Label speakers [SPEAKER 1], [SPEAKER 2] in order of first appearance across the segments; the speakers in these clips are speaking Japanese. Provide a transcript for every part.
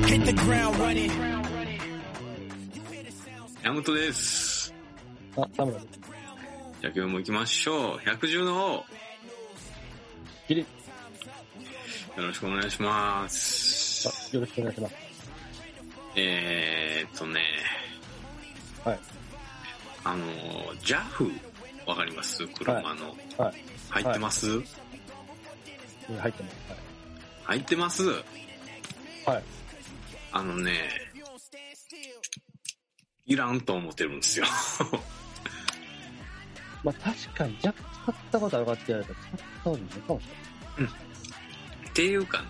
[SPEAKER 1] ground running.
[SPEAKER 2] 山本です。
[SPEAKER 3] あ、田村です。
[SPEAKER 2] じゃあ今日も行きましょう。百獣の
[SPEAKER 3] ギリ。
[SPEAKER 2] 王、よろしくお願いします。
[SPEAKER 3] あ、よろしくお願いします。
[SPEAKER 2] えーっとね、
[SPEAKER 3] はい。
[SPEAKER 2] あの、JAF、わかります車の。
[SPEAKER 3] はい。
[SPEAKER 2] 入ってます、
[SPEAKER 3] うん入ってます。
[SPEAKER 2] 入ってます
[SPEAKER 3] はい。はい。
[SPEAKER 2] あのね、いらんと思ってるんですよ。
[SPEAKER 3] まあ確かに若干使ったことあるかって言われたら使ったことないかもし
[SPEAKER 2] っていうかね、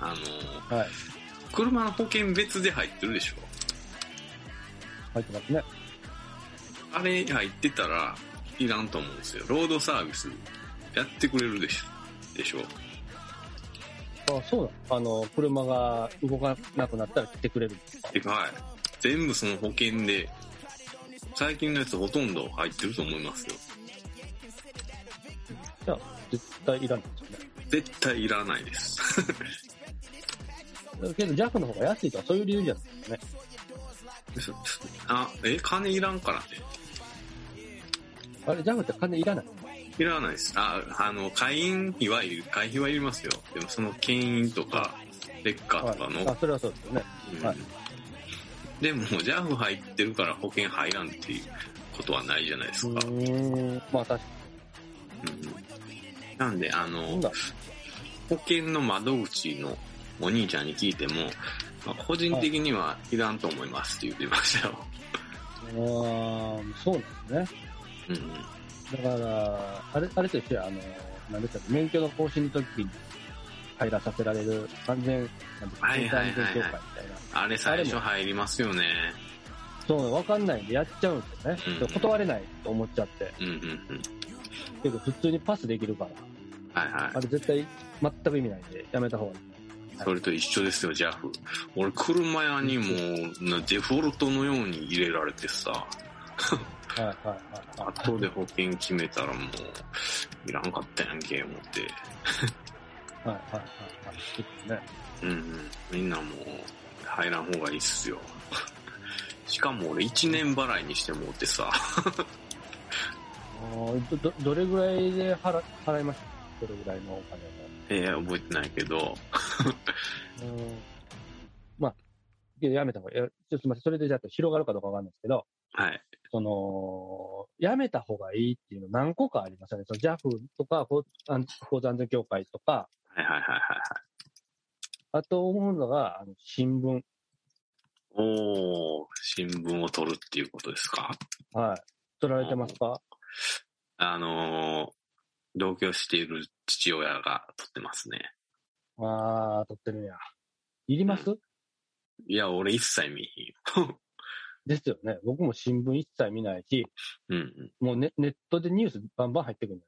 [SPEAKER 2] あの、
[SPEAKER 3] れない。はい。
[SPEAKER 2] 車の保険別で入ってるでしょ
[SPEAKER 3] 入ってますね。
[SPEAKER 2] あれ入ってたらいらんと思うんですよ。ロードサービスやってくれるでしょ。でしょ
[SPEAKER 3] あ、そうだ。あの、車が動かなくなったら来てくれる。
[SPEAKER 2] でかい。全部その保険で、最近のやつほとんど入ってると思いますよ。
[SPEAKER 3] じゃあ、絶対いらないですよね。
[SPEAKER 2] 絶対いらないです。
[SPEAKER 3] だけど JAF の方が安いとはそういう理由じゃないですよね。
[SPEAKER 2] あ、え、金いらんからね。
[SPEAKER 3] あれ JAF って金いらない。
[SPEAKER 2] いらないです。あ、あの、会員費はいる、会費はいりますよ。でもその牽引とか、レッカーとかの。
[SPEAKER 3] はい。あ、それはそうですよね。
[SPEAKER 2] うん
[SPEAKER 3] はい
[SPEAKER 2] でも、JAF 入ってるから保険入らんっていうことはないじゃないですか。
[SPEAKER 3] ーん。まあ確か
[SPEAKER 2] うんなんで、あ
[SPEAKER 3] に。
[SPEAKER 2] の、
[SPEAKER 3] だ。
[SPEAKER 2] 保険の窓口のお兄ちゃんに聞いても、まあ個人的にはいらんと思いますって言ってましたよ。
[SPEAKER 3] うーん、そうなんですね。
[SPEAKER 2] うん。
[SPEAKER 3] だから、あれ、あれと一緒や、あの、なんでしたっけ、免許の更新の時に入らさせられる安全、なんでしたっ
[SPEAKER 2] はい
[SPEAKER 3] け
[SPEAKER 2] はいはいはい
[SPEAKER 3] 安全協会みたいな。
[SPEAKER 2] あれ最初入りますよね。
[SPEAKER 3] そう、わかんないんでやっちゃうんですよね。
[SPEAKER 2] うん
[SPEAKER 3] 断れないと思っちゃって。
[SPEAKER 2] うんうんうん。
[SPEAKER 3] けど、普通にパスできるから。
[SPEAKER 2] はいは
[SPEAKER 3] あれ絶対、全く意味ないんで、やめた方がいい。
[SPEAKER 2] い。それと一緒ですよ、JAF。俺、車屋にもう、デフォルトのように入れられてさ、
[SPEAKER 3] はいはいはいはい。
[SPEAKER 2] 後で保険決めたらもう、いらんかったやんけ、思って。
[SPEAKER 3] はいはいはいはい。ちょっとね。
[SPEAKER 2] うんうん、みんなもう入らん方がいいっすよ。 しかも俺1年払いにしてもうてさ、
[SPEAKER 3] あーど、ど、どれぐらいで払、払いましたどれぐらいのお金を。
[SPEAKER 2] えー、覚えてないけど、
[SPEAKER 3] うんまあ、けどやめた方がいい。いやちょっとすみません。それでじゃあ広がるかどうかわかんないですけど、
[SPEAKER 2] はい。
[SPEAKER 3] その、やめた方がいいっていうの何個かありますよね。その JAF とか、交交通安全協会とか、
[SPEAKER 2] はいはいはいはいはい。
[SPEAKER 3] あと思うのが、あの新聞。
[SPEAKER 2] おー、新聞を取るっていうことですか
[SPEAKER 3] はい。取られてますか
[SPEAKER 2] あのー、同居している父親が取ってますね。
[SPEAKER 3] ああ、取ってるんや。いります
[SPEAKER 2] いや、俺一切見ひ
[SPEAKER 3] ですよね。僕も新聞一切見ないし、
[SPEAKER 2] ん。うんうん。
[SPEAKER 3] もうネネットでニュースバンバン入ってくるんじ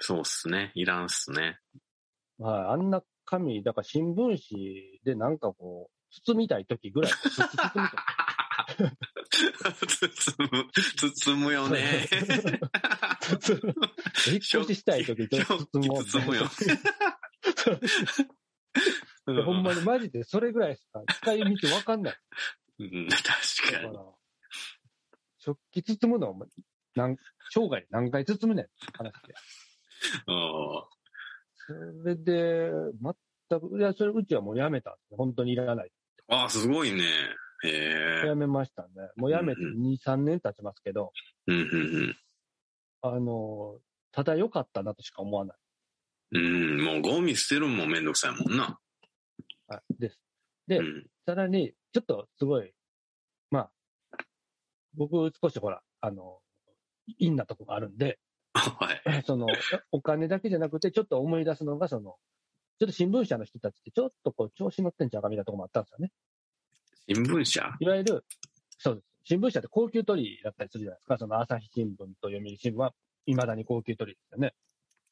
[SPEAKER 2] そうっすね。いらんっすね。
[SPEAKER 3] ゃないですか。はい。あんな紙、だから新聞紙でなんかこう、包みたい時 ぐらい、包みたい。
[SPEAKER 2] 包む、包むよ ね。
[SPEAKER 3] 包 む引っ越ししたい時と包もう
[SPEAKER 2] 食器包むよ。う
[SPEAKER 3] ほんまにマジでそれぐらいしか使い道わかんない。
[SPEAKER 2] うん、 確
[SPEAKER 3] だ
[SPEAKER 2] か
[SPEAKER 3] か
[SPEAKER 2] に
[SPEAKER 3] ら。、食器包むのはお前なん生涯何回包むねんって話で。
[SPEAKER 2] うん
[SPEAKER 3] それで、全く、いや、それうちはもうやめたんですね。本当にいらない。
[SPEAKER 2] ああ、すごいね。へえ。
[SPEAKER 3] やめましたね。もうやめて
[SPEAKER 2] うんう
[SPEAKER 3] 2、3年経ちますけど、
[SPEAKER 2] うん、うん、
[SPEAKER 3] あの、ただ良かったなとしか思わない。
[SPEAKER 2] うん。うん、もうゴミ捨てるんもめんどくさいもんな。
[SPEAKER 3] あです。
[SPEAKER 2] う
[SPEAKER 3] え
[SPEAKER 2] ん。
[SPEAKER 3] さらに、ちょっとすごい、まあ、僕少しほら、あの、陰なとこがあるんで、
[SPEAKER 2] はい。
[SPEAKER 3] その、お金だけじゃなくて、ちょっと思い出すのが、その、ちょっと新聞社の人たちって、ちょっとこう、調子乗ってんちゃうかみたいなとこもあったんですよね。
[SPEAKER 2] 新聞社
[SPEAKER 3] いわゆる、そうです。新聞社って高級取りだったりするじゃないですか。その朝日新聞と読売新聞は、未だに高級取りですよね。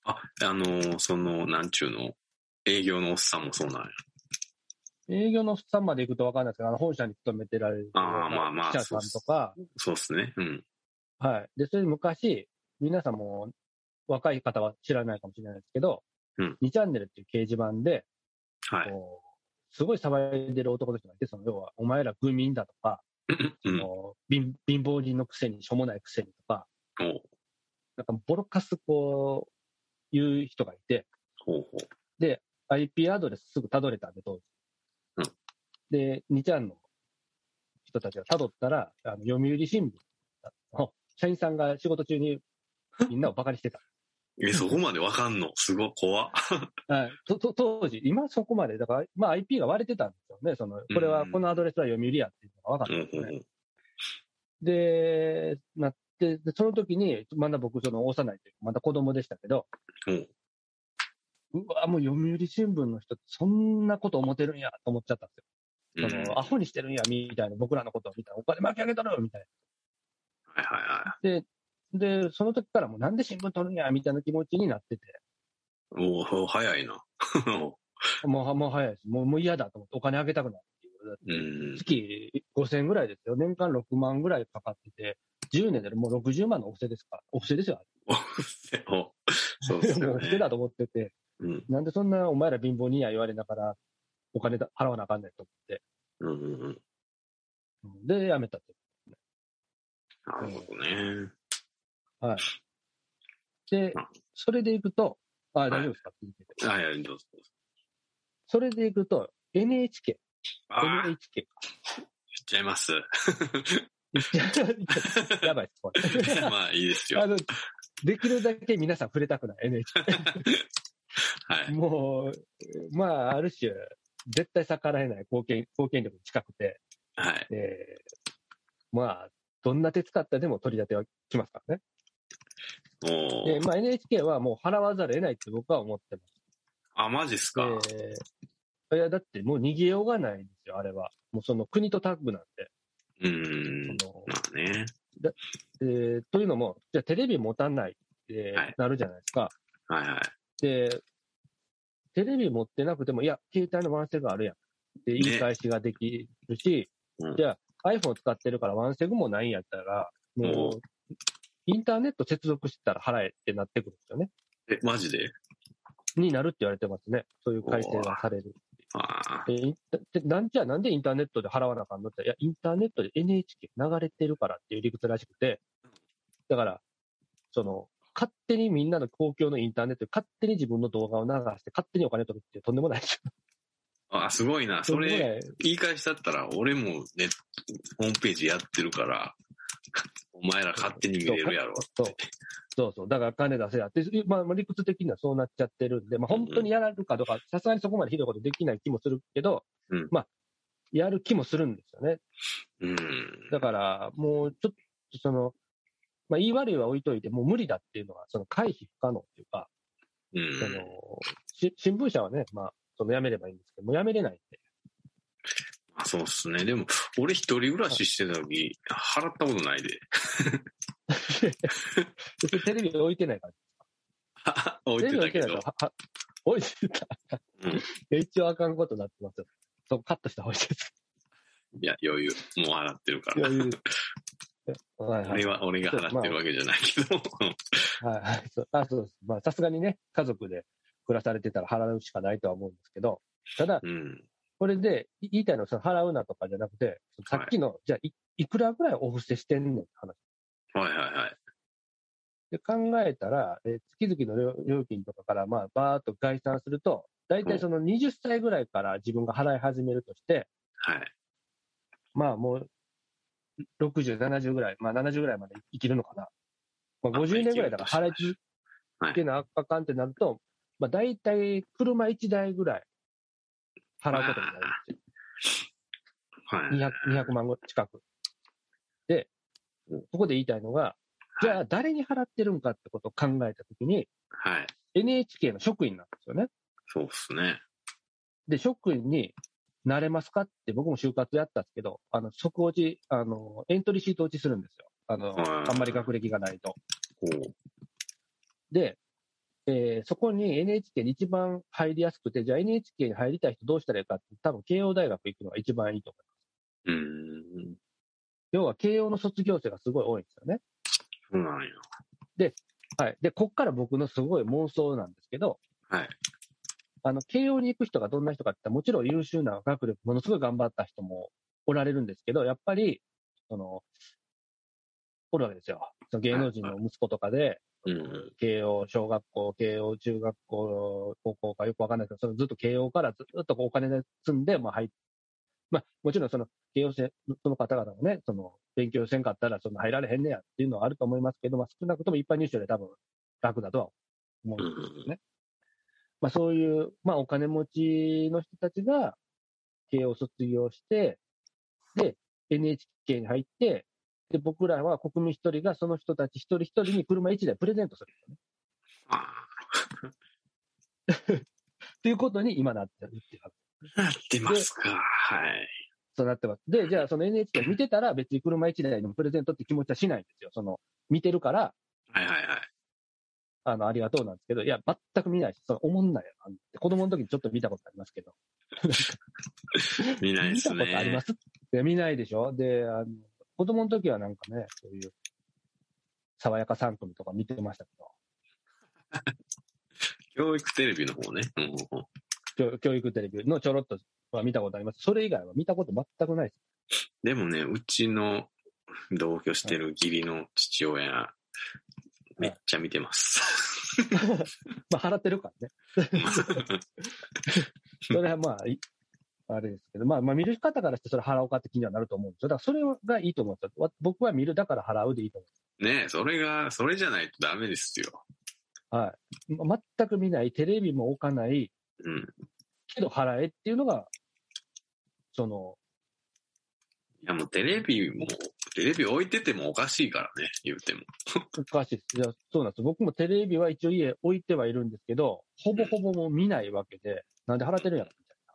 [SPEAKER 2] あ、あのーその、なんちゅうの、営業のおっさんもそうなんや。
[SPEAKER 3] 営業の負担まで行くと分かんないですけど、あの本社に勤めてられる
[SPEAKER 2] あーまあまあ
[SPEAKER 3] 記者さんとか、
[SPEAKER 2] そうっすね。うん。
[SPEAKER 3] はい。で、それで昔、皆さんも若い方は知らないかもしれないですけど、
[SPEAKER 2] うん
[SPEAKER 3] 2チャンネルっていう掲示板で、
[SPEAKER 2] はい。
[SPEAKER 3] こうすごい騒いでる男の人がいて、その要は、お前ら愚民だとか、
[SPEAKER 2] うん。お
[SPEAKER 3] もう貧貧乏人のくせに、しょうもないくせにとか、なんかボロカスこう、いう人がいて、
[SPEAKER 2] ほうほ
[SPEAKER 3] IP アドレスすぐたどれたんで、当時。
[SPEAKER 2] うん
[SPEAKER 3] で、2ちゃんの人たちがたどったら、あの読売新聞の社員さんが仕事中にみんなをバカにしてた。
[SPEAKER 2] う。え、そこまでわかんのすごい、怖っ。
[SPEAKER 3] はい、とと当時、今そこまで、だから、まあ、IP が割れてたんですよね、そのこれは、
[SPEAKER 2] うん
[SPEAKER 3] このアドレスは読売やっていうのが分か
[SPEAKER 2] う
[SPEAKER 3] っ
[SPEAKER 2] ん
[SPEAKER 3] たんです
[SPEAKER 2] うん
[SPEAKER 3] ね。
[SPEAKER 2] うん。
[SPEAKER 3] で、なって、でその時に、まだ僕、その幼いというか、まだ子供でしたけど、
[SPEAKER 2] うん
[SPEAKER 3] うわ、もう読売新聞の人、そんなこと思ってるんやと思っちゃったんですよ。
[SPEAKER 2] うん、
[SPEAKER 3] そ
[SPEAKER 2] はい
[SPEAKER 3] のアホにしてるんや、みたいな、僕らのことを見たら、お金巻き上げたろよみたい
[SPEAKER 2] はいは
[SPEAKER 3] な。で、その時からもうなんで新聞取るんや、みたいな気持ちになってて、
[SPEAKER 2] い。おお早いな。
[SPEAKER 3] もう、もう早いです。もう、もう嫌だと思って、お金あげたくないっていう。
[SPEAKER 2] うん。
[SPEAKER 3] 月5000円ぐらいですよ。年間6万ぐらいかかってて、10年でもう60万のお布施ですか。お布施で すよ。
[SPEAKER 2] おそうです
[SPEAKER 3] もう
[SPEAKER 2] よ
[SPEAKER 3] お布施
[SPEAKER 2] ね。
[SPEAKER 3] だと思ってて、
[SPEAKER 2] うん。
[SPEAKER 3] なんでそんなお前ら貧乏にや言われながら、お金だ払わなあかんねんと思って。
[SPEAKER 2] うんうんうん。
[SPEAKER 3] うんで、やめたって。
[SPEAKER 2] なるほどね。
[SPEAKER 3] で
[SPEAKER 2] うん、
[SPEAKER 3] それで行くと、あ、大丈夫ですかって言ってて。
[SPEAKER 2] はいはい、どうぞ。どうぞ
[SPEAKER 3] それで行くと、NHK、
[SPEAKER 2] ああ、言っ
[SPEAKER 3] NHK か。
[SPEAKER 2] ちゃいます。
[SPEAKER 3] やばいです、これ。
[SPEAKER 2] まあいい です
[SPEAKER 3] あ
[SPEAKER 2] よ。
[SPEAKER 3] の、できるだけ皆さん触れたくない、NHK。
[SPEAKER 2] はい。
[SPEAKER 3] もう、まあ、ある種、絶対逆らえない貢献貢献力に近くて、
[SPEAKER 2] はい。
[SPEAKER 3] えーまあ、どんな手使ってでも取り立てはきますからね。
[SPEAKER 2] お
[SPEAKER 3] で
[SPEAKER 2] ー
[SPEAKER 3] まあ、NHK はもう払わざるを得ないって僕は思って
[SPEAKER 2] あ、マジっすか。
[SPEAKER 3] ます。えーいや、だってもう逃げようがないんですよ、あれは。もうその国とタッグなんで。
[SPEAKER 2] うん。
[SPEAKER 3] その
[SPEAKER 2] まあね。
[SPEAKER 3] えーというのも、じゃあテレビ持たないって
[SPEAKER 2] はい
[SPEAKER 3] なるじゃないですか。
[SPEAKER 2] はいはい。
[SPEAKER 3] で、テレビ持ってなくても、いや、携帯のワンセグあるやん。で、言い返しができるし、
[SPEAKER 2] うん
[SPEAKER 3] じゃあ iPhone 使ってるからワンセグもないんやったら、もう、インターネット接続してたら払えってなってくるんですよね。
[SPEAKER 2] え、マジで
[SPEAKER 3] になるって言われてますね。そういう改正がされる。
[SPEAKER 2] ああ。
[SPEAKER 3] でインタでなんじゃあなんでインターネットで払わなあかんのって言ったらいや、インターネットで NHK 流れてるからっていう理屈らしくて、だから、その、勝手にみんなの公共のインターネットで勝手に自分の動画を流して勝手にお金取るっていうとんでもない
[SPEAKER 2] あ、すごいな。 そ
[SPEAKER 3] とんでも
[SPEAKER 2] れ、
[SPEAKER 3] ない
[SPEAKER 2] 言い返しだったら、俺もね、ホームページやってるから、お前ら勝手に見れるやろ。
[SPEAKER 3] そうそうそう、だから金出せやって、まあ、まあ理屈的にはそうなっちゃってるんで、まあ、本当にやられるかどうか、さすがにそこまでひどいことできない気もするけど、
[SPEAKER 2] うん
[SPEAKER 3] まあ、やる気もするんですよね。
[SPEAKER 2] うん。
[SPEAKER 3] だから、もうちょっとその、まあ、言い悪いは置いといて、もう無理だっていうのは、その回避不可能っていうか、
[SPEAKER 2] う
[SPEAKER 3] そ
[SPEAKER 2] ん。
[SPEAKER 3] のし新聞社はね、まあ、その辞めればいいんですけど、もう辞めれないんで、
[SPEAKER 2] あそうっすね。でも、俺一人暮らししてた時、払ったことないで。
[SPEAKER 3] 別にテレビ置いてないから、
[SPEAKER 2] 置いてたけ
[SPEAKER 3] テレビ
[SPEAKER 2] ど
[SPEAKER 3] 置いてない。から、は は置いてた。
[SPEAKER 2] うん
[SPEAKER 3] いや一応あかんことになってますよ。そうカットした方がいいです。
[SPEAKER 2] いや、余裕。もう払ってるか
[SPEAKER 3] いや
[SPEAKER 2] ら。
[SPEAKER 3] いやいやはいはい
[SPEAKER 2] 俺は、俺が払ってるわけじゃないけど。
[SPEAKER 3] はいはい。そうあそうです。まあ、さすがにね、家族で暮らされてたら払うしかないとは思うんですけど、ただ、
[SPEAKER 2] うん。
[SPEAKER 3] これで、い言いたいのは、その払うなとかじゃなくて、さっきの、じゃあい、いくらぐらいお布施してんねんって話。
[SPEAKER 2] はいはいはい。
[SPEAKER 3] で、考えたら、えー月々の料料金とかから、まあ、バーっと概算すると、大体その20歳ぐらいから自分が払い始めるとして、
[SPEAKER 2] はい。
[SPEAKER 3] まあもう、60、70ぐらい、まあ70ぐらいまで生きるのかな。まあ50年ぐらいだから払い続
[SPEAKER 2] はい
[SPEAKER 3] って。なあかんってなると、まあ、大体車1台ぐらい払うことになるん
[SPEAKER 2] はい。
[SPEAKER 3] ですよ。200, 200万ぐらい近く。で、ここで言いたいのが、じゃあ誰に払ってるんかってことを考えたときに、
[SPEAKER 2] はい。
[SPEAKER 3] NHK の職員なんですよね。
[SPEAKER 2] そうっすね。
[SPEAKER 3] で、職員になれますかって僕も就活やったんですけど、あの、即落ち、あの、エントリーシート落ちするんですよ。あの、
[SPEAKER 2] はい
[SPEAKER 3] あんまり学歴がないと。
[SPEAKER 2] こ
[SPEAKER 3] で、えーそこに NHK に一番入りやすくて、じゃあ NHK に入りたい人どうしたらいいかって、多分慶応大学行くのが一番いいと思う。
[SPEAKER 2] う。うん。
[SPEAKER 3] 要は慶応の卒業生がすごい多いんですよね。
[SPEAKER 2] そうなんや。
[SPEAKER 3] はい。で、こっから僕のすごい妄想なんですけど、
[SPEAKER 2] はい。
[SPEAKER 3] あの、慶応に行く人がどんな人かって言ったら、もちろん優秀な学力、ものすごい頑張った人もおられるんですけど、やっぱり、その、おるわけですよ。その芸能人の息子とかで、
[SPEAKER 2] うん。
[SPEAKER 3] 慶応小学校、慶応中学校、高校かよくわかんないけど、そのずっと慶応からずっとこうお金で積んで、まあ、入っまあ、もちろんその慶応生その方々もね、その勉強せんかったらその入られへんねやっていうのはあると思いますけど、まあ、少なくとも一般入試より多分楽だとは思うんですよね。まあ、そういう、まあ、お金持ちの人たちが慶応卒業して、で、NHK に入って、で、僕らは国民一人がその人たち一人一人に車一台プレゼントする。
[SPEAKER 2] あ
[SPEAKER 3] っていうことに今なってるっていう話
[SPEAKER 2] あ、なってますか。はい。
[SPEAKER 3] そうなってます。で、じゃあその NHK 見てたら別に車一台のプレゼントって気持ちはしないんですよ。その、見てるから、
[SPEAKER 2] はいはいはい。
[SPEAKER 3] あの、ありがとうなんですけど、いや、全く見ないし、その、おもんないよなって。子供の時にちょっと見たことありますけど。
[SPEAKER 2] 見ないで
[SPEAKER 3] 見た
[SPEAKER 2] す
[SPEAKER 3] ことありま
[SPEAKER 2] ね。
[SPEAKER 3] すいや見ないでしょで、あの、子供の時はなんかね、そういう、爽やか3組とか見てましたけど、
[SPEAKER 2] 教育テレビの方ね。うんうんうん
[SPEAKER 3] 教教育テレビのちょろっとは見たことあります。それ以外は見たこと全くないです。
[SPEAKER 2] でもね、うちの同居してる義理の父親、めっちゃ見てます。
[SPEAKER 3] まあ、払ってるからね。それはまあ、いあれですけど、まあ、まあ、見る方からしてそれ払おうかって気にはなると思うんですよ。だからそれがいいと思うんですよわ。僕は見るだから払うでいいと思
[SPEAKER 2] ねえそれが、それじゃないとダメですよ。
[SPEAKER 3] うんです。ま全く見ない、テレビも置かない、
[SPEAKER 2] うん。
[SPEAKER 3] けど払えっていうのが、その、
[SPEAKER 2] いやもうテレビも、テレビ置いててもおかしいからね、言うても。
[SPEAKER 3] おかしいです。いやそうなんです。僕もテレビは一応家置いてはいるんですけど、ほぼほぼもう見ないわけで、なんで払ってるんやろみたいな。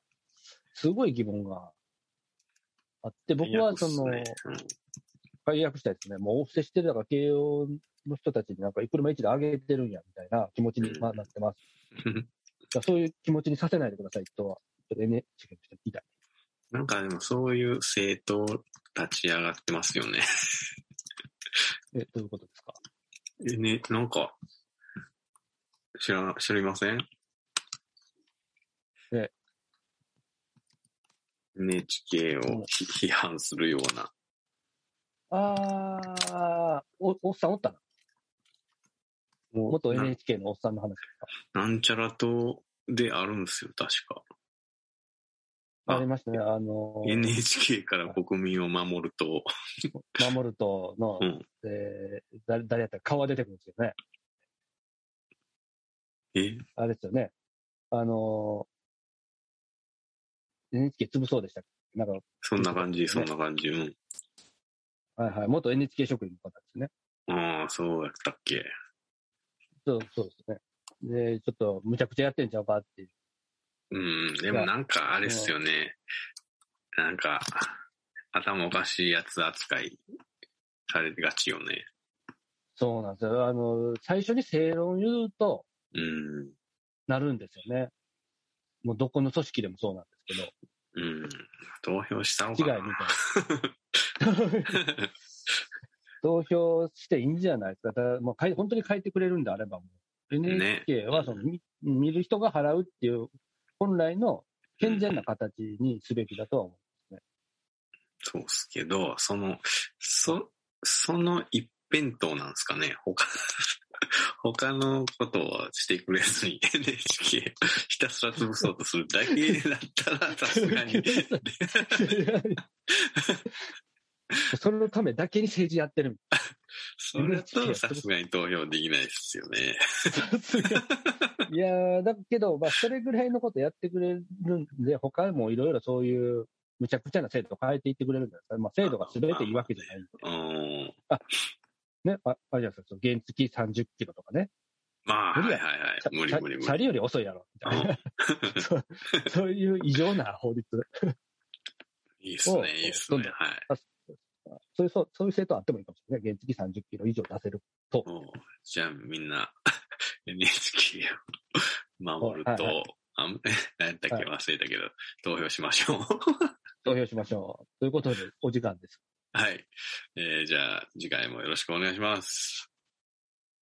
[SPEAKER 3] すごい疑問があって、僕はその、
[SPEAKER 2] 最悪っすね
[SPEAKER 3] 解約したいですね。もうお布施してるだから、慶応の人たちになんか、車一で上げてるんや、みたいな気持ちにまあなってます。
[SPEAKER 2] うん
[SPEAKER 3] だからそういう気持ちにさせないでくださいとは、ちょっと NHK の人に言いたい。
[SPEAKER 2] なんかでもそういう政党立ち上がってますよね。
[SPEAKER 3] え、どういうことですか
[SPEAKER 2] えね、なんか、知ら、知りません
[SPEAKER 3] え
[SPEAKER 2] NHK
[SPEAKER 3] うん
[SPEAKER 2] を批判するような。
[SPEAKER 3] あー、おおっさんおったな。
[SPEAKER 2] もう
[SPEAKER 3] 元
[SPEAKER 2] な
[SPEAKER 3] NHK のおっさんの話ですか。
[SPEAKER 2] なんちゃら党であるんですよ、確か。あ
[SPEAKER 3] ありましたね。あのー、
[SPEAKER 2] NHK から国民を守る党。
[SPEAKER 3] 守るとの、
[SPEAKER 2] うん。
[SPEAKER 3] えー誰誰やったら顔が出てくるんですよね。
[SPEAKER 2] え
[SPEAKER 3] あれですよね。あのー、NHK 潰そうでしたっけなんか、
[SPEAKER 2] そんな感じ、
[SPEAKER 3] ね
[SPEAKER 2] そんな感じ。うん。
[SPEAKER 3] はいはい、元 NHK 職員の方ですね。
[SPEAKER 2] ああ、そうやったっけ。
[SPEAKER 3] そうそうですね。で、ちょっと、むちゃくちゃやってんちゃうかっていう。
[SPEAKER 2] うん、でもなんかあれっすよね。なんか、頭おかしいやつ扱いされがちよね。
[SPEAKER 3] そうなんですよ。あの、最初に正論言うと、
[SPEAKER 2] うん、
[SPEAKER 3] なるんですよね。もうどこの組織でもそうなんです
[SPEAKER 2] うん。投票したの
[SPEAKER 3] け
[SPEAKER 2] か
[SPEAKER 3] ど、違いみたいな。
[SPEAKER 2] な。
[SPEAKER 3] 投票していいんじゃないですか。ただもうかい本当に変えてくれるんであれば、もう NHK はその、み見る人が払うっていう、本来の健全な形にすべきだとは思う。
[SPEAKER 2] そうっすけど、その、そ、その一辺倒なんですかね。他、他のことをしてくれずに NHK ひたすら潰そうとするだけだったら、さすがに。
[SPEAKER 3] それのためだけに政治やってるみたいな
[SPEAKER 2] それだとさすがに投票できないですよね。
[SPEAKER 3] いやーだけど、まあ、それぐらいのことやってくれるんで、他もいろいろそういう、むちゃくちゃな制度を変えていってくれるんですかまあ、制度が全ていいわけじゃないん
[SPEAKER 2] うん。
[SPEAKER 3] で、ね。あ、あれじゃないですか、原付30キロとかね。
[SPEAKER 2] まあ、は
[SPEAKER 3] 無
[SPEAKER 2] い
[SPEAKER 3] 理
[SPEAKER 2] はい
[SPEAKER 3] や
[SPEAKER 2] はい
[SPEAKER 3] チ。ャ
[SPEAKER 2] 無理
[SPEAKER 3] チャ
[SPEAKER 2] 無理無
[SPEAKER 3] チャ
[SPEAKER 2] 理。
[SPEAKER 3] リより遅いやろ、みたいな。 そうそういう異常な法律。
[SPEAKER 2] いいっす
[SPEAKER 3] を
[SPEAKER 2] ね、いいっすね
[SPEAKER 3] どんど。ん
[SPEAKER 2] はい。
[SPEAKER 3] そういう、そうそういう制度あってもいいかもしれない。原付30キロ以上出せる。
[SPEAKER 2] もうじゃあみんな NHK を守ると、
[SPEAKER 3] はいは
[SPEAKER 2] あん何やったっけ忘れたけど、投票しましょう。
[SPEAKER 3] 投票しましょう。ということで、お時間です。
[SPEAKER 2] はい。えーじゃあ次回もよろしくお願いします。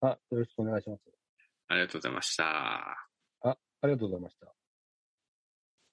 [SPEAKER 3] あ、よろしくお願いします。
[SPEAKER 2] ありがとうございました。
[SPEAKER 3] ありがとうございました。